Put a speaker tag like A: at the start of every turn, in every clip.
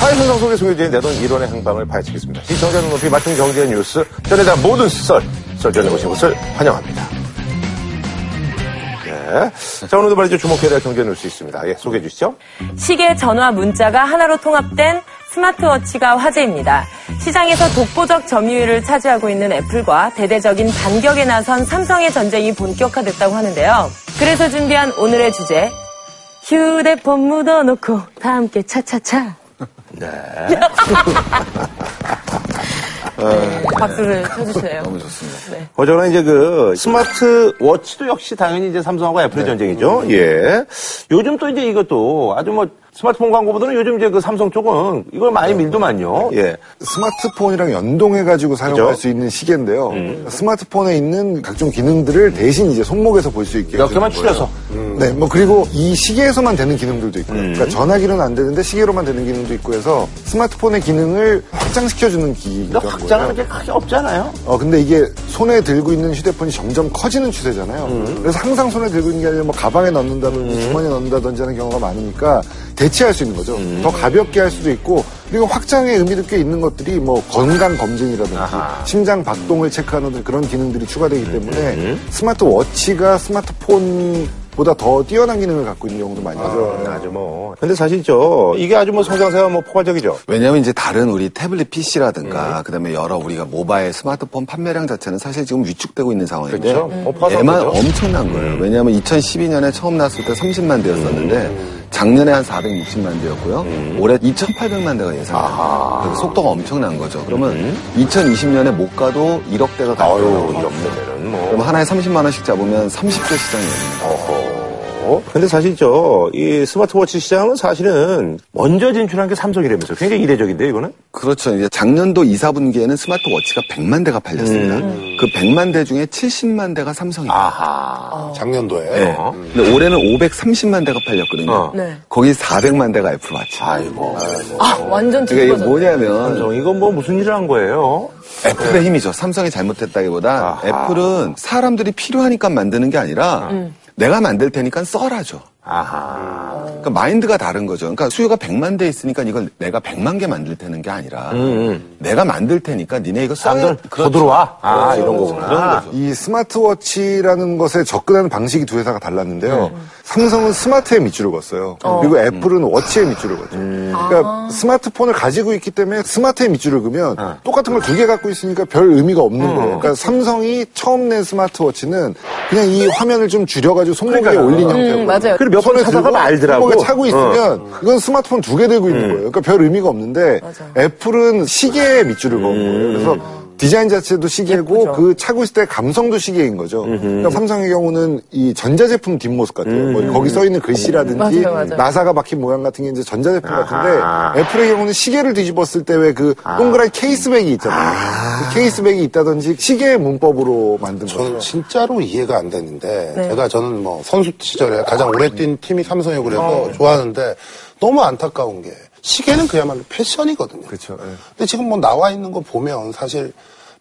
A: 다양한 현상 속에 숨겨진 내돈 이론의 행방을 파헤치겠습니다. 시청자 눈높이 맞춤 경제 뉴스 전에 대한 모든 썰 설전해 오신 것을 환영합니다. 네. 자 오늘도 말이죠 주목해야 될 경제 뉴스 있습니다. 예, 소개해 주시죠.
B: 시계, 전화, 문자가 하나로 통합된 스마트워치가 화제입니다. 시장에서 독보적 점유율을 차지하고 있는 애플과 대대적인 반격에 나선 삼성의 전쟁이 본격화됐다고 하는데요. 그래서 준비한 오늘의 주제, 휴대폰 묻어놓고 다 함께 차차차. 네. 박수를 쳐주시네요.
C: 너무 좋습니다.
A: 어저나 이제 그 스마트워치도 역시 당연히 이제 삼성하고 애플의 전쟁이죠. 예. 요즘 또 이제 이것도 아주 뭐 스마트폰 광고보다는 요즘 이제 그 삼성 쪽은 이걸 많이 밀더만요. 네. 예.
C: 스마트폰이랑 연동해가지고 사용할
A: 그죠? 음.
C: 수 있는 시계인데요. 스마트폰에 있는 각종 기능들을 대신 이제 손목에서 볼 수 있게.
A: 몇 개만 음.
C: 해주는 거예요.
A: 추려서.
C: 네, 뭐 그리고 이 시계에서만 되는 기능들도 있고요.
A: 음.
C: 그러니까 전화기로는 안 되는데 시계로만 되는 기능도 있고 해서 스마트폰의 기능을 확장시켜주는 기기가
A: 근데 확장은 이제 크게 없잖아요.
C: 어, 근데 이게 손에 들고 있는 휴대폰이 점점 커지는 추세잖아요.
D: 음.
C: 그래서 항상 손에 들고 있는 게 아니라 뭐 가방에 넣는다든지 주머니에 넣는다든지 하는 경우가 많으니까 대체할 수 있는 거죠.
D: 음.
C: 더 가볍게 할 수도 있고 그리고 확장의 의미도 꽤 있는 것들이 뭐 건강 검진이라든지 심장 박동을 체크하는 그런 기능들이
D: 음.
C: 추가되기 때문에 스마트워치가 스마트폰보다 더 뛰어난 기능을 갖고 있는 경우도 많이 있어요.
A: 아주 뭐. 근데 사실 저 이게 아주 뭐 성장세가 뭐 포괄적이죠.
E: 왜냐하면 이제 다른 우리 태블릿 PC라든가
A: 네.
E: 그다음에 여러 우리가 모바일 스마트폰 판매량 자체는 사실 지금 위축되고 있는 상황인데
A: 그렇죠. 뭐 파산
E: 얘만
A: 거죠. 음.
E: 엄청난 거예요. 왜냐하면 2012년에 처음 나왔을 때 30만 대였었는데
A: 음.
E: 작년에 한 460만 대였고요. 올해 2,800만 대가 예상돼요. 그래서 속도가 엄청난 거죠. 그러면 2020년에 못 가도 1억 대가 가까이
A: 음. 아유,
E: 나오거든요.
A: 이렇게 되면 뭐.
E: 그럼 하나에 30만 원씩 잡으면 30조 시장이 됩니다.
A: 어허. 근데 사실 저 이 스마트워치 시장은 사실은 먼저 진출한 게 삼성이라면서 굉장히 이례적인데 이거는?
E: 그렇죠. 이제 작년도 2, 4분기에는 스마트워치가 100만 대가 팔렸습니다.
A: 음.
E: 그 100만 대 중에 70만 대가 삼성입니다.
A: 아하.
D: 작년도에.
E: 네. 근데 올해는 530만 대가 팔렸거든요.
A: 어.
B: 네.
E: 거기 400만 대가 애플워치.
A: 아이고.
B: 아,
C: 어,
B: 완전
E: 그러니까 이게
B: 뒤집어졌네.
E: 뭐냐면
A: 삼성 이건 뭐 무슨 일을 한 거예요?
E: 애플의 힘이죠. 삼성이 잘못했다기보다
A: 네. 아하.
E: 애플은 사람들이 필요하니까 만드는 게 아니라 내가 만들 테니까 써라죠.
A: 아하.
E: 그러니까 마인드가 다른 거죠. 그러니까 수요가 100만 대 있으니까 이걸 내가 100만 개 만들 테는 게 아니라
A: 음,
E: 내가 만들 테니까 니네 이거 써야
A: 사람들 더
E: 그렇죠.
A: 들어와. 아, 이런 거구나.
C: 이 스마트워치라는 것에 접근하는 방식이 두 회사가 달랐는데요.
A: 네.
C: 삼성은 스마트에 밑줄을 걷어요. 그리고
A: 음.
C: 애플은 워치에 밑줄을 걷죠. 그러니까 스마트폰을 가지고 있기 때문에 스마트에 밑줄을 그면
A: 네.
C: 똑같은 걸 두 개 갖고 있으니까 별 의미가 없는
A: 음.
C: 거예요. 그러니까 삼성이 처음 낸 스마트워치는 그냥 이 화면을 좀 줄여가지고 손목에
A: 그러니까요.
C: 올린
B: 음,
C: 형태였거든요.
B: 맞아요.
A: 네. 그리고 몇번
C: 손에
A: 사다가
C: 들고
A: 말더라고. 어. 음.
C: 손목에 차고 있으면 이건 스마트폰 두 개 들고 있는 거예요. 그러니까 별 의미가 없는데 애플은 시계에
A: 음.
C: 밑줄을 건 거예요. 그래서 디자인 자체도 시계고
B: 예쁘죠.
C: 그 차고 있을 때 감성도 시계인 거죠. 그러니까 삼성의 경우는 이 전자제품 뒷모습 같아요.
A: 음.
C: 뭐 거기 써 있는 글씨라든지
B: 맞아요, 맞아요.
C: 나사가 박힌 모양 같은 게 이제 전자제품
A: 아.
C: 같은데 애플의 경우는 시계를 뒤집었을 때 왜 그 동그란 케이스백이 있잖아요. 그 케이스백이 있다든지 시계의 문법으로 만든 거죠.
D: 저는 진짜로 이해가 안 되는데
B: 네.
D: 제가 저는 뭐 선수 시절에 가장 오래 뛴 팀이 삼성이고 그래서 좋아하는데 너무 안타까운 게 시계는 그야말로 패션이거든요.
C: 그렇죠. 예.
D: 근데 지금 뭐 나와 있는 거 보면 사실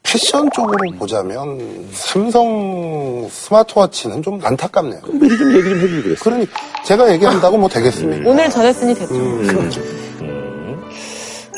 D: 패션 쪽으로 보자면 삼성 스마트워치는 좀 안타깝네요.
A: 미리 좀 얘기 좀 해주기 그랬어.
D: 그러니 제가 얘기한다고 뭐 되겠습니까?
B: 오늘 전했으니 됐죠.
C: 음.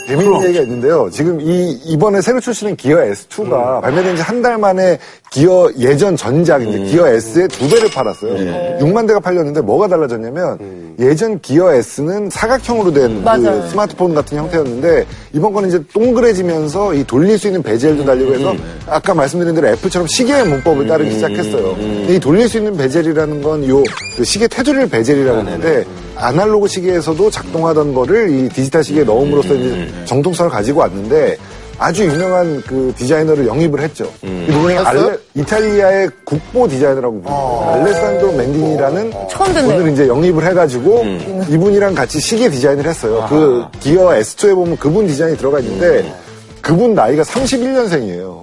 C: 재밌는 얘기가 있는데요. 지금 이 이번에 새로 출시된 기어 S2가 발매된 지 한 달 만에 기어 예전 전작 이제 기어 S의 두 배를 팔았어요. 6만 대가 팔렸는데 뭐가 달라졌냐면 예전 기어 S는 사각형으로 된
B: 맞아요.
C: 그 스마트폰 같은 형태였는데 이번 거는 이제 동그래지면서 이 돌릴 수 있는 베젤도 달리고 해서 아까 말씀드린 대로 애플처럼 시계의 문법을 따르기 시작했어요. 근데 이 돌릴 수 있는 베젤이라는 건 요그 시계 테두리를 베젤이라고 하는데 아날로그 시계에서도 작동하던 거를 이 디지털 시계에 넣음으로써 이제 정통성을 가지고 왔는데 아주 유명한 그 디자이너를 영입을 했죠. 이 부분이
B: 아,
D: 했어요?
C: 알레- 이탈리아의 국보 디자이너라고 부릅니다. 알레산드로 맨디니라는
B: 어. 처음 듣네요.
C: 오늘 이제 영입을 해가지고 이분이랑 같이 시계 디자인을 했어요. 그 기어 S2에 보면 그분 디자인이 들어가 있는데 그분 나이가 31년생이에요.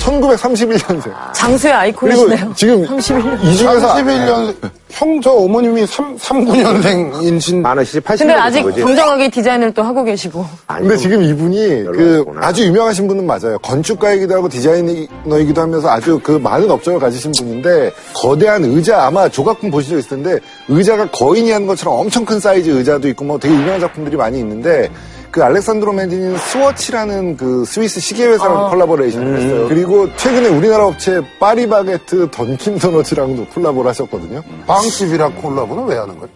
C: 1931년생.
B: 장수의
C: 그리고
B: 아이콘이시네요.
C: 지금
B: 아, 31년.
C: 이 중에서
D: 31년 형 저 어머님이 3, 39년생이신
A: 많으시지 80년.
B: 근데 아직 정정하게 디자인을 또 하고 계시고.
C: 근데 지금 이분이 그
A: 연락했구나.
C: 아주 유명하신 분은 맞아요. 건축가이기도 하고 디자이너이기도 하면서 아주 그 많은 업적을 가지신 분인데 거대한 의자 아마 조각품 보신 적 있을 텐데 의자가 거인이 하는 것처럼 엄청 큰 사이즈 의자도 있고 뭐 되게 유명한 작품들이 많이 있는데 그 알렉산드로 메디는 스워치라는 그 스위스 시계 회사랑 콜라보레이션을 했어요. 그리고 최근에 우리나라 업체 파리바게트 던킨 도너츠랑도 콜라보를 하셨거든요.
D: 어. 빵집이랑 콜라보는 왜 하는 거야?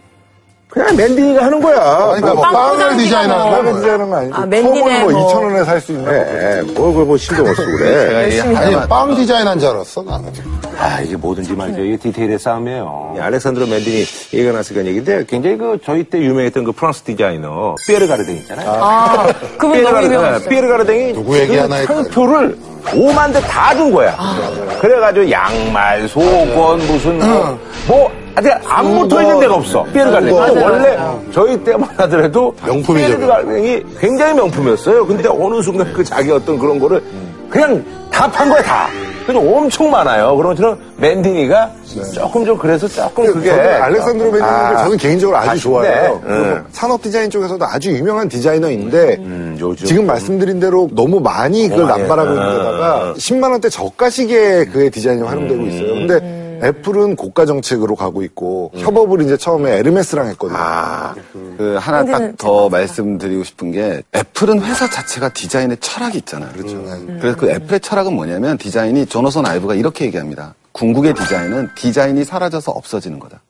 A: 그냥 맨디가 하는 거야.
D: 그러니까 뭐
B: 빵
D: 빵을
B: 포장기가
D: 디자인하는
C: 파리바게트
D: 거야.
C: 디자인은 아니고
B: 아,
C: 소문
B: 맨디네
C: 뭐
B: 뭐.
C: 2천 원에 살 수 있는
A: 예, 뭘, 그걸 뭐 신경 못 쓰고 그래.
E: 제가 이
D: 아니
E: 하나만
D: 빵 디자인한 줄 알았어 나는.
A: 아, 이게 뭐든지 말이죠. 이게 디테일의 싸움이에요. 이 예, 알렉산드로 맨딘이 얘기가 났으니까 얘기인데 굉장히 그 저희 때 유명했던 그 프랑스 디자이너 피에르 가르댕 있잖아요.
B: 아, 그분 너무
A: 네, 피에르,
B: 유명하죠.
A: 피에르 가르댕이
D: 누구 얘기 하나
A: 그
D: 했다.
A: 상표를 5만 대 다 준 거야.
B: 아.
A: 그래가지고 양말, 속건 무슨 뭐, 뭐 아직 안 붙어 있는 데가 없어. 피에르 가르댕.
B: 아,
A: 원래 저희 때만 하더라도
D: 명품이죠,
A: 피에르
D: 명품.
A: 가르댕이 굉장히 명품이었어요. 근데 어느 순간 그 자기 어떤 그런 거를 그냥 다 판 거야 다. 그래서 엄청 많아요. 그런 것처럼 맨디니가
D: 네.
A: 조금 좀 그래서 조금 그게 아,
C: 저는 알렉산드로 메디는 저는 개인적으로 아주
A: 아쉽네.
C: 좋아해요. 그리고 뭐
A: 음.
C: 산업 디자인 쪽에서도 아주 유명한 디자이너인데
A: 요즘.
C: 지금 말씀드린 대로 너무 많이 그걸
A: 많이 음.
C: 남발하고
A: 했다.
C: 있는 데다가 10만 원대 저가 시계에 그의 디자인이 활용되고
A: 음.
C: 있어요. 근데 애플은 고가 정책으로 가고 있고
A: 음.
C: 협업을 이제 처음에 에르메스랑 했거든요.
A: 아.
E: 그 하나
B: 근데는
E: 딱 더 말씀드리고 싶은 게 애플은 회사 자체가 디자인의 철학이 있잖아요. 그렇죠. 그래서 그 애플의 철학은 뭐냐면 디자인이 조너선 아이브가 이렇게 얘기합니다. 궁극의 디자인은 디자인이 사라져서 없어지는 거다.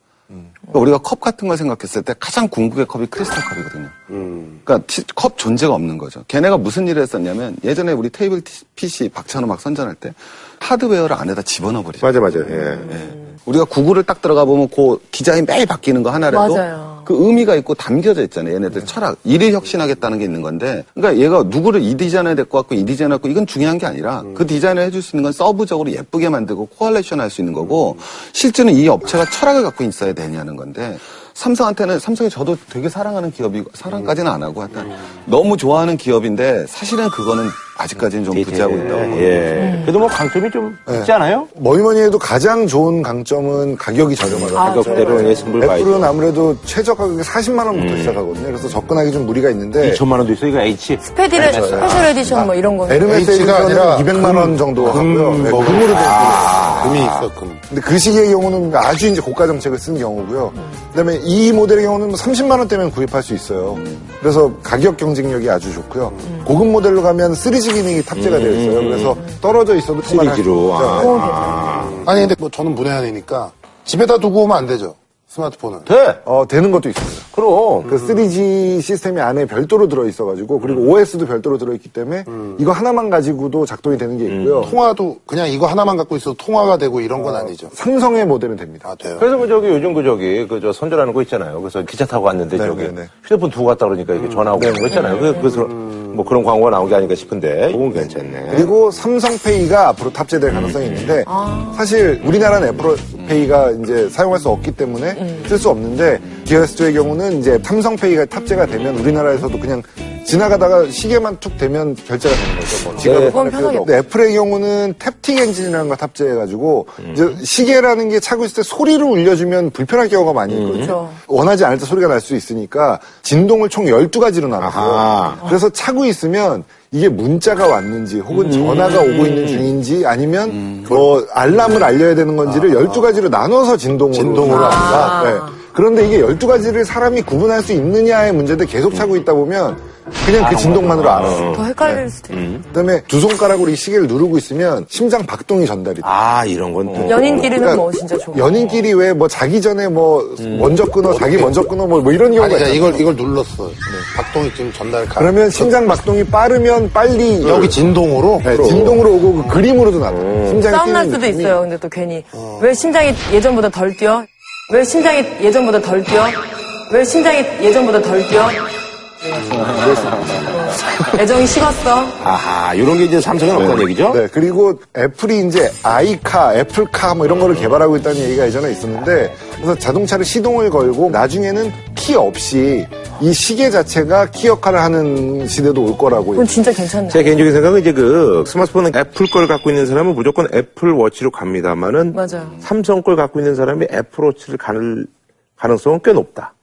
E: 그러니까 우리가 컵 같은 걸 생각했을 때 가장 궁극의 컵이 크리스탈 컵이거든요. 그러니까 티- 컵 존재가 없는 거죠. 걔네가 무슨 일을 했었냐면 예전에 우리 테이블 티- PC 박찬호 막 선전할 때 하드웨어를 안에다 집어넣어 버리죠.
A: 맞아 맞아. 예.
E: 네. 우리가 구글을 딱 들어가 보면 그 디자인 매일 바뀌는 거 하나라도
B: 맞아요.
E: 그 의미가 있고 담겨져 있잖아요. 얘네들 철학, 일을 혁신하겠다는 게 있는 건데, 그러니까 얘가 누구를 이 디자인에 데리고 왔고 이 디자인에 갖고 이건 중요한 게 아니라 그 디자인을 해줄 수 있는 건 서브적으로 예쁘게 만들고 코알레이션 할 수 있는 거고, 실제는 이 업체가 철학을 갖고 있어야 되냐는 건데. 삼성한테는 삼성이 저도 되게 사랑하는 기업이 사랑까지는 안 하고 하여튼 너무 좋아하는 기업인데 사실은 그거는 아직까지는 좀 부재하고 있다고
A: 예.
D: 음.
A: 그래도 뭐 강점이 좀
D: 네.
A: 있지 않아요?
C: 뭐니 뭐니 해도 가장 좋은 강점은 가격이 저렴하다.
A: 가격대로 예, 승부를 봐야죠.
C: 애플은 아무래도 최저 가격이 40만 원부터 시작하거든요. 그래서 접근하기 좀 무리가
D: 네.
C: 있는데
A: 2천만 원도 있어 이거 H.
B: 스페디레, 스페셜 에디션 뭐 이런 거는.
C: 에르메스
D: H가 아니라
C: 에디션은 200만 원 정도 하고요.
D: 금
C: 네,
D: 먹으면-
C: 금으로 된
D: 아, 금이 있어 금.
C: 근데 그 시기의 경우는 아주 이제 고가 정책을 쓴 경우고요. 그다음에 이 모델의 경우는 뭐 30만 원대면 구입할 수 있어요. 그래서 가격 경쟁력이 아주 좋고요. 고급 모델로 가면 3G 기능이 탑재가 되어 있어요.
D: 음.
C: 그래서 떨어져 있어도 통화를
A: 3G로.
C: 할수 있죠.
A: 아.
D: 아니 근데 뭐 저는 문외한이니까 집에다 두고 오면 안 되죠 스마트폰을.
A: 돼.
C: 어, 되는 것도 있습니다.
A: 그럼.
C: 그 3G 시스템이 안에 별도로 들어있어가지고
D: 음.
C: 그리고 OS도 별도로 들어있기 때문에 이거 하나만 가지고도 작동이 되는 게 있고요.
D: 음. 통화도 그냥 이거 하나만 갖고 있어도 통화가 되고 이런 건 아니죠.
C: 삼성의 모델은 됩니다.
D: 아 돼요.
A: 그래서 그 저기 요즘 그 저기 그 저 선전하는 거 있잖아요. 그래서 기차 타고 왔는데
C: 네,
A: 저기
C: 네, 음. 네.
A: 휴대폰 두고 갔다 그러니까 이게 전화하고 그런 거 있잖아요. 그- 그래서
C: 음.
A: 뭐 그런 광고가 나온 게 아닌가 싶은데 그건 괜찮네.
C: 그리고 삼성페이가 앞으로 탑재될 가능성이 있는데
B: 아.
C: 사실 우리나라는 애플페이가 이제 사용할 수 없기 때문에
B: 음.
C: 쓸 수 없는데 기어스토의 경우는 이제 삼성페이가 탑재가 되면 우리나라에서도 그냥 지나가다가 시계만 툭 되면 결제가 되는 거죠. 뭐 지갑을
A: 네.
B: 그건
C: 꺼낼 필요도
B: 편하겠다.
C: 없고. 근데 애플의 경우는 탭팅 엔진이라는 걸 탑재해가지고 이제 시계라는 게 차고 있을 때 소리를 울려주면 불편할 경우가 많이 있거든요.
B: 그렇죠.
C: 원하지 않을 때 소리가 날 수 있으니까 진동을 총 12가지로 나눠요. 그래서 차고 있으면 이게 문자가 왔는지 혹은
D: 음.
C: 전화가 오고 있는 중인지 아니면 뭐 알람을 알려야 되는 건지를 12가지로 나눠서 진동으로
D: 진동으로
C: 나온다. 네. 그런데 이게 12가지를 사람이 구분할 수 있느냐의 문제인데 계속
D: 음.
C: 차고 있다 보면 그냥
D: 아,
C: 그 진동만으로 알았어.
B: 더 헷갈릴 수도 있고.
C: 그다음에 두 손가락으로 이 시계를 누르고 있으면 심장 박동이 전달이 돼.
A: 아 이런 건 또.
C: 어.
B: 연인끼리는 뭐 진짜 좋아.
C: 연인끼리 왜 뭐 자기 전에 뭐 먼저 끊어 자기 먼저 끊어 뭐, 뭐 이런
D: 음.
C: 경우가
D: 아니, 그러니까
C: 있잖아.
D: 이걸 이걸 눌렀어. 네. 박동이 지금 전달 가.
C: 그러면 심장 박동이 빠르면 빨리
D: 여기 진동으로.
C: 네, 진동으로 오고 그 그림으로도 나타. 심장이
B: 싸움 날
C: 뛰는
B: 수도
C: 느낌이.
B: 있어요. 근데 또 괜히 왜 심장이 예전보다 덜 뛰어? 왜 심장이 예전보다 덜 뛰어? 왜 심장이 예전보다 덜 뛰어? 어. 애정이 식었어.
A: 아하 이런 게 이제 삼성은 없다는 얘기죠.
C: 네, 그리고 애플이 이제 아이카, 애플카 뭐 이런 거를 개발하고 있다는 얘기가 예전에 있었는데 그래서 자동차를 시동을 걸고 나중에는 키 없이 이 시계 자체가 키 역할을 하는 시대도 올 거라고.
B: 그건 진짜 괜찮네.
A: 제 개인적인 생각은 이제 그 스마트폰은 애플 걸 갖고 있는 사람은 무조건 애플 워치로 갑니다만은
B: 맞아요.
A: 삼성 걸 갖고 있는 사람이 애플 워치를 가는 가능성은 꽤 높다.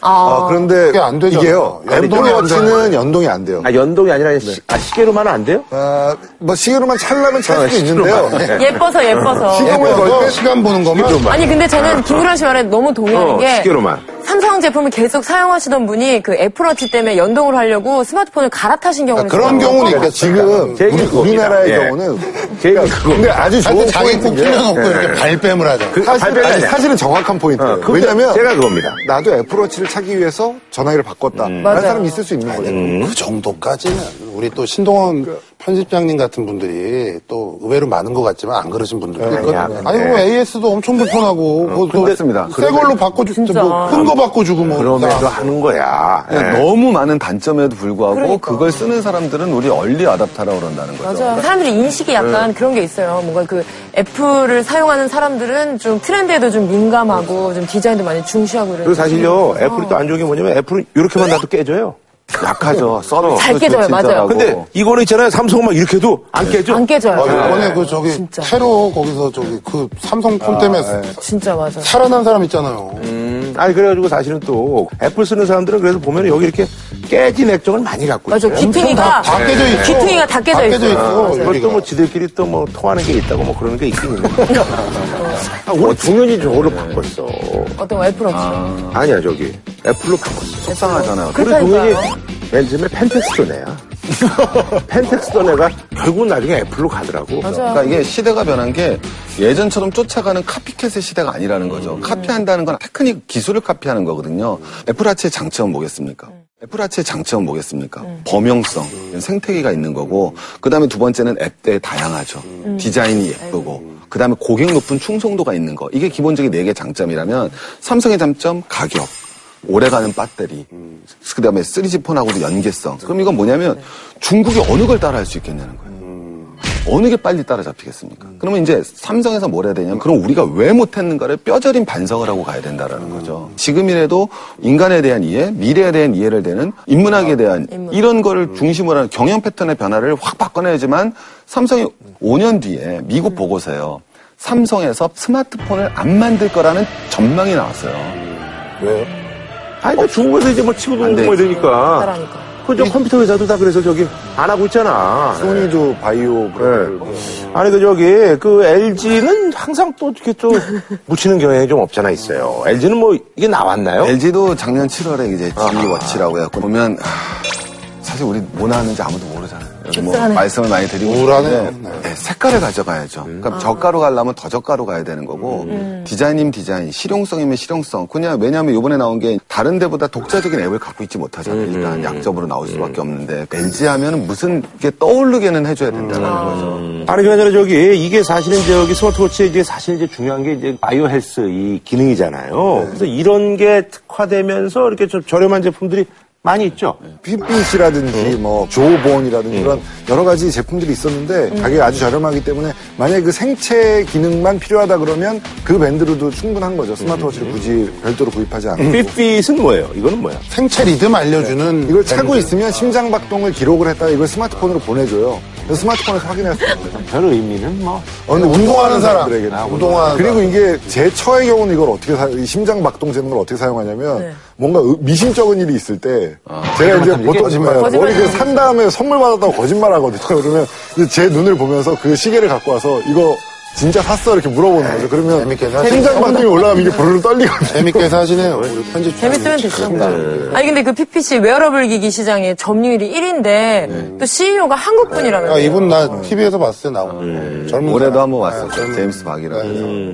C: 아, 그런데
D: 그게 안 되잖아요.
C: 이게요. 애플
D: 연동이 안
C: 워치는 연동이 안 돼요.
A: 아 연동이 아니라
C: 네.
A: 시, 아, 시계로만은 안 돼요?
C: 아, 뭐 시계로만 찰라면 찰 수도 있는데요.
A: 아, 시계로만. 네.
B: 예뻐서 예뻐서.
C: 시계-
D: 그래서
C: 걸면-
D: 네, 시간 보는 거면 어.
B: 아니 근데 저는 김구라 씨 말에 너무 동의하는
A: 어,
B: 게
A: 시계로만.
B: 삼성 제품을 계속 사용하시던 분이 그 애플워치 때문에 연동을 하려고 스마트폰을 갈아타신 경우는
D: 그런
B: 있어요.
D: 경우는
C: 그러니까
D: 있겠다.
C: 지금
A: 제 얘기는
C: 우리, 우리나라의
A: 그겁니다.
C: 경우는
A: 제 얘기는
C: 그러니까 근데 아주
D: 아,
C: 좋은
D: 근데 자기 꼭
C: 포인트인 게
D: 풀려놓고 이렇게 네. 그 발뺌을 하잖아.
C: 사실은,
A: 발표가
C: 아니,
A: 아니야.
C: 사실은 정확한 포인트예요.
A: 어, 그게
C: 왜냐면
A: 제가 그겁니다.
C: 나도 애플워치를 차기 위해서 전화기를 바꿨다.
A: 음.
B: 맞아요.
C: 라는 사람이 있을 수 있는 거죠.
D: 그 정도까지는 우리 또 신동원 편집장님 같은 분들이 또 의외로 많은 것 같지만 안 그러신 분들도 있거든요.
A: 아니야.
D: 아니 뭐 AS도 엄청 불편하고 그것도
E: 맞습니다.
D: 새 걸로 바꿔주고
B: 진짜.
D: 뭐큰거 바꿔주고 뭐
A: 그럼에도
D: 다.
A: 하는 거야. 예.
E: 그러니까 너무 많은 단점에도 불구하고 그걸 쓰는 사람들은 우리 얼리 아답타라고 그런다는 거죠.
B: 그러니까. 맞아요. 사람들이 인식이
D: 네.
B: 약간 그런 게 있어요. 뭔가 그 애플을 사용하는 사람들은 좀 트렌드에도 좀 민감하고 좀 디자인도 많이 중시하고 이런.
A: 그리고 사실요, 애플이 또 안 좋은 게 뭐냐면 애플은 이렇게만 놔도 깨져요. 약하죠. 썰어.
B: 잘 깨져요.
E: 진짜라고.
B: 맞아요.
A: 근데 이거는 있잖아요. 삼성은 막 이렇게 해도 네. 안 깨져.
B: 안 깨져요. 네.
D: 아, 이번에 그 저기
B: 진짜.
D: 테러 거기서 저기 그 삼성 폰 때문에
B: 진짜 맞아. 요
D: 살아난 사람 있잖아요.
A: 음, 아니, 그래가지고 사실은 또 애플 쓰는 사람들은 그래서 보면 여기 이렇게 깨진 액정을 많이 갖고
B: 맞아.
A: 있어요.
B: 귀퉁이가
D: 다 깨져 있고.
B: 귀퉁이가 다 깨져 있어.
D: 깨져 있고.
A: 그것도 뭐 지들끼리 또 뭐 통하는 게 있다고 뭐 그러는 게 있긴 있는데. 아, 우리 종현이 저걸로 바꿨어.
B: 어떤 애플워치.
A: 아니야, 저기. 애플로 바꿨어.
E: 속상하잖아요.
A: 우리
B: 그러니까요.
A: 종현이 맨 처음에 펜텍스던 애야. 펜텍스던 애가 결국 나중에 애플로 가더라고.
E: 그러니까 이게 시대가 변한 게 예전처럼 쫓아가는 카피캣의 시대가 아니라는 거죠. 카피한다는 건 테크닉 기술을 카피하는 거거든요. 애플아치의 장점은 뭐겠습니까? 애플아치의 장점은 뭐겠습니까? 범용성, 생태계가 있는 거고, 그 다음에 두 번째는 앱대 다양하죠. 디자인이 예쁘고, 그 음. 다음에 고객 높은 충성도가 있는 거. 이게 기본적인 네 개 장점이라면, 삼성의 장점, 가격, 오래가는 배터리, 그 다음에 네. 3G 폰하고도 연계성. 그럼 이건 뭐냐면, 중국이 어느 걸 따라할 수 있겠냐는 거예요. 어느 게 빨리 따라잡히겠습니까? 그러면 이제 삼성에서 뭘 해야 되냐면 그럼 우리가 왜 못했는가를 뼈저린 반성을 하고 가야 된다라는 거죠. 지금이라도 인간에 대한 이해, 미래에 대한 이해를 되는 인문학에 음. 대한 이런 거를 중심으로 하는 경영 패턴의 변화를 확 바꿔내야지만 삼성이 5년 뒤에 미국 보고서요. 삼성에서 스마트폰을 안 만들 거라는 전망이 나왔어요.
A: 아니, 근데 중국에서 이제 뭐 치고
E: 안
A: 들어오고 뭐
E: 되지.
D: 아.
A: 이러니까.
B: 따라하니까.
A: 그저 컴퓨터 회사도 다 그래서 저기 안 하고 있잖아.
C: 소니도 바이오 브랜드.
A: 네. 아니 그 저기 그 LG는 항상 또 이렇게 좀 묻히는 경향이 좀 없잖아 있어요. LG는 뭐 이게 나왔나요?
E: LG도 작년 7월에 이제 G워치라고 해갖고 보면 하, 사실 우리 뭐 나왔는지 아무도 모르잖아요. 여기 뭐
B: 속상하네.
E: 말씀을 많이 드리고
D: 우울하네요. 음.
E: 싶은데 네, 색깔을 가져가야죠. 그러니까 저가로 가려면 더 저가로 가야 되는 거고
B: 음.
E: 디자인이면 디자인, 실용성이면 실용성. 그냥 왜냐하면 이번에 나온 게 다른 데보다 독자적인 앱을 갖고 있지 못하잖아요.
D: 음.
E: 일단 약점으로 나올 수밖에 없는데 LG 하면 무슨 게 떠오르게는 해줘야 된다는
B: 음.
E: 거죠.
A: 아니 그아니라 저기 이게 사실은 저기 스마트워치 이제 사실 이제 중요한 게 이제 바이오 헬스 이 기능이잖아요. 그래서 이런 게 특화되면서 이렇게 좀 저렴한 제품들이 많이 있죠.
C: 네. 핏빛이라든지
A: 음.
C: 뭐 조본이라든지 그런 여러 가지 제품들이 있었는데
B: 음.
C: 가격이 아주 저렴하기 때문에 만약에 그 생체 기능만 필요하다 그러면 그 밴드로도 충분한
A: 음.
C: 거죠. 스마트워치를 굳이 별도로 구입하지 않고.
A: 핏핏은 뭐예요? 이거는 뭐야?
D: 생체 리듬 알려주는
C: 네. 이걸 차고 있으면 심장 박동을 기록을 했다가 이걸 스마트폰으로 보내줘요. 그래서 스마트폰에서 확인할 수 있는 거죠.
A: 별 의미는 뭐
D: 어느 운동하는 사람, 아,
C: 사람들에게는.
D: 운동하는
C: 그리고 이게 제 처의 경우는 이걸 어떻게 사, 이 심장 박동 재는 걸 어떻게 사용하냐면
D: 네.
C: 뭔가 의- 미심쩍은 일이 있을 때 제가 이제 보통
D: 아,
C: 네,
D: 거짓말.
C: 머리 그산 다음에 선물 받았다고 거짓말 하거든요. 그러면 이제 제 눈을 보면서 그 시계를 갖고 와서 이거 진짜 샀어 이렇게 물어보는 거죠. 그러면
D: 재밌게 사시네.
C: 심장 박동이 올라가면 이게 부르르 떨리거든요.
D: 재밌게 사시네요. 우리 편집
B: 재밌으면 됐습니다. 아니 근데 그 PPC 웨어러블 기기 시장의 점유율이 1위인데 또 CEO가 한국 분이라면서요.
D: 네. 아, 이분 나 TV에서 봤을 때 나오고 젊은
E: 올해도
D: 사람.
E: 한번 왔었죠.
D: 네,
E: 제임스 박이라고.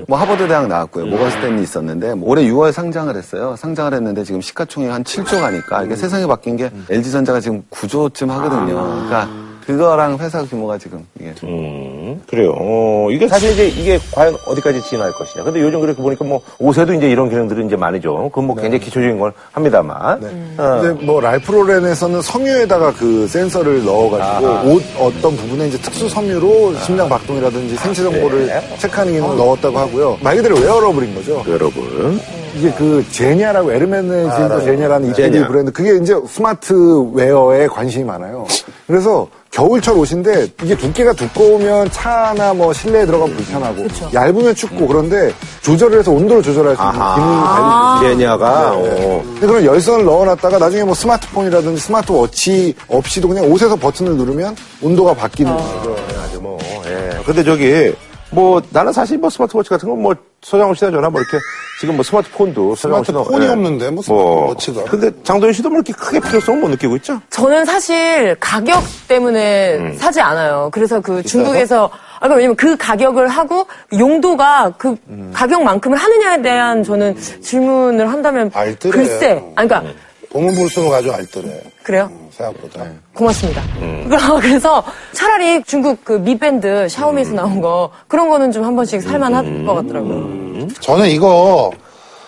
E: 뭐 하버드 대학 나왔고요. 모건 스탠리 있었는데 뭐 올해 6월 상장을 했어요. 상장을 했는데 지금 시가총액 한 7조 가니까 이게 세상이 바뀐 게 LG 전자가 지금 9조쯤 하거든요. 그러니까 그거랑 회사 규모가 지금 예. 이게
A: 음, 그래요. 어, 이게 사실 이제 이게 과연 어디까지 진화할 것이냐. 근데 요즘 그렇게 보니까 뭐 5세도 이제 이런 기능들이 이제 많이죠. 그건
D: 네.
A: 뭐 굉장히 기초적인 걸 합니다만. 어.
C: 근데 뭐 라이프로렌에서는 섬유에다가 그 센서를 넣어가지고 옷 어떤 부분에 이제 특수 섬유로 심장 박동이라든지 생체 정보를 체크하는 기능을 넣었다고 하고요. 말 네. 어. 그대로 웨어러블인 거죠.
A: 여러분.
C: 이게 그 제냐라고 에르메네즈 아, 제냐라는 이태리
A: 제냐.
C: 브랜드 그게 이제 스마트 웨어에 관심이 많아요. 그래서 겨울철 옷인데 이게 두께가 두꺼우면 차나 뭐 실내에 들어가면 불편하고 얇으면 춥고 그런데 조절을 해서 온도를 조절할 수
D: 아.
C: 있는 기능이 달려
A: 아,
C: 있어요.
A: 제냐가
D: 네.
A: 어.
C: 근데 그런 열선을 넣어놨다가 나중에 뭐 스마트폰이라든지 스마트워치 없이도 그냥 옷에서 버튼을 누르면 온도가 바뀌는 거죠.
A: 아주 뭐
D: 네.
A: 예. 근데 저기 뭐 나는 사실 뭐 스마트워치 같은 건 뭐 소장없이나 저나 뭐 이렇게 지금 뭐 스마트폰도 예.
D: 스마트폰이 없는데 뭐 스마트워치가.
A: 근데 장도연 씨도 뭐 이렇게 크게 필요성을 못 느끼고 있죠?
B: 저는 사실 가격 때문에
D: 음.
B: 사지 않아요. 그래서 그 중국에서 아, 그 왜냐면 그 가격을 하고 용도가 그
D: 음.
B: 가격만큼을 하느냐에 대한 저는 질문을 한다면
D: 알뜰해요. 음.
B: 글쎄, 아 그러니까
D: 보면 볼수록 아주 알뜰해.
B: 그래요.
D: 음, 생각보다.
B: 고맙습니다.
D: 음.
B: 그래서 차라리 중국 그 미밴드 샤오미에서
D: 음.
B: 나온 거 그런 거는 좀 한 번씩 살만할 것
D: 음.
B: 같더라고요.
D: 저는 이거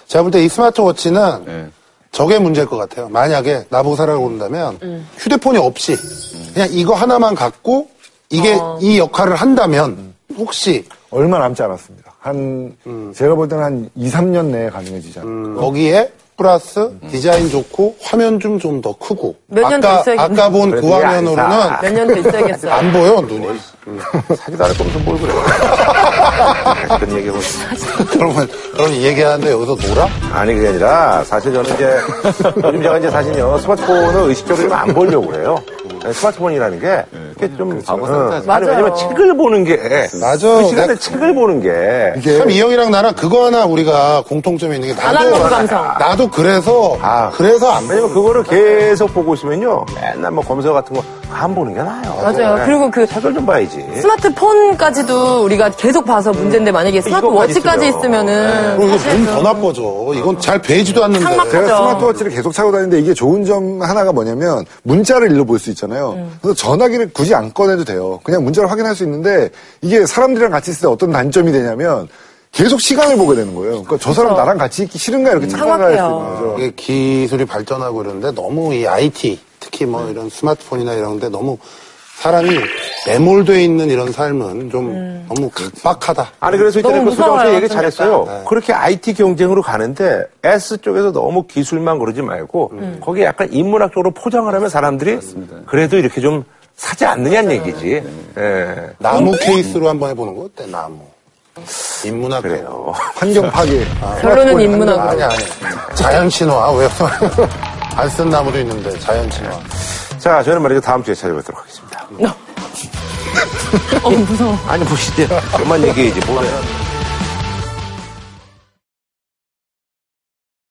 D: 제가 볼 때 이 스마트워치는
A: 네.
E: 예.
D: 저게 문제일 것 같아요. 만약에 나보고 사라고 그런다면
B: 음.
D: 휴대폰이 없이
A: 음.
D: 그냥 이거 하나만 갖고 이게
B: 어.
D: 이 역할을 한다면 혹시
C: 얼마 남지 않았습니다. 한 제가 볼 때는 한 2, 3년 내에 가능해지지
D: 음.
C: 않을까.
A: 음.
D: 거기에 플러스 디자인 좋고 화면 좀 좀 더 크고
B: 몇년더
D: 아까
B: 있어야겠네.
D: 아까 본 그
A: 그래도 이게 안
D: 화면으로는
A: 사.
B: 몇 년도 있어야겠어요.
D: 안 보여 눈이
A: 사지도 않을 거면서 뭘 그래. 그런 얘기하고 있어요.
D: 음, 그러면 그럼 이 얘기하는데 여기서 놀아?
A: 아니 그게 아니라 사실 저는 이제 요즘 제가 이제 사실요 스마트폰을 의식적으로 좀안 보려고 그래요. 네, 스마트폰이라는 게 그게 좀
E: 과거
A: 응.
E: 상태죠.
A: 아니
B: 맞아요.
A: 왜냐면 책을 보는 게
D: 맞아.
A: 그 시간에
D: 내가-
A: 책을 보는 게
D: 참 이 형이랑 나랑 그거 하나 우리가 공통점이 있는 게 나도
B: 아날로그 감성.
D: 나도 그래서
A: 아.
D: 그래서 안
A: 왜냐면 그거를 계속 보고 있으면요 맨날 뭐 검사 같은 거 안 보는 게 나아요.
B: 맞아요.
A: 네.
B: 그리고 그
A: 책을 좀 봐야지.
B: 스마트폰까지도 우리가 계속 봐서 문제인데 만약에 스마트워치까지
A: 이거까지
B: 있으면은 어, 예.
D: 그리고 이거
B: 사실은
D: 몸더 나빠져. 이건 잘 베지도 않는데.
B: 상막하죠.
C: 제가 스마트워치를 계속 차고 다니는데 이게 좋은 점 하나가 뭐냐면 문자를 일로 볼 수 있잖아요. 그래서 전화기를 굳이 안 꺼내도 돼요. 그냥 문자를 확인할 수 있는데 이게 사람들이랑 같이 있을 때 어떤 단점이 되냐면 계속 시간을 보게 되는 거예요. 그러니까 저 사람 나랑 같이 있기 싫은가 이렇게 착각할 수 있는
B: 상막해요.
C: 거죠.
D: 이게 기술이 발전하고 이러는데 너무 이 IT, 특히 뭐 이런 스마트폰이나 이런데 너무 사람이 매몰돼 있는 이런 삶은 좀
B: 음.
D: 너무 각박하다.
A: 아니 그래서 이때는
B: 너무
A: 그 소정 씨
B: 무서워요,
A: 얘기
B: 좀 네.
A: 잘했어요. 그렇게 IT 경쟁으로 가는데 S 쪽에서 너무 기술만 그러지 말고
B: 음.
A: 거기에 약간 인문학적으로 포장을 하면 사람들이 그래도 이렇게 좀 사지 않느냐는 얘기지. 예.
D: 나무
B: 음.
D: 케이스로 한번 해보는 거 어때? 나무. 인문학
A: 그래요.
C: 환경 파괴.
B: 결론은
D: 아니
B: 인문학으로.
D: 아니. 자연 친화 왜? 안 쓴 나무도 있는데 자연 친화.
A: 자, 저는 말이죠 다음 주에 찾아뵙도록 하겠습니다.
B: 어, 무서워.
A: 아니 보시죠. 그만 얘기해야지 뭐래.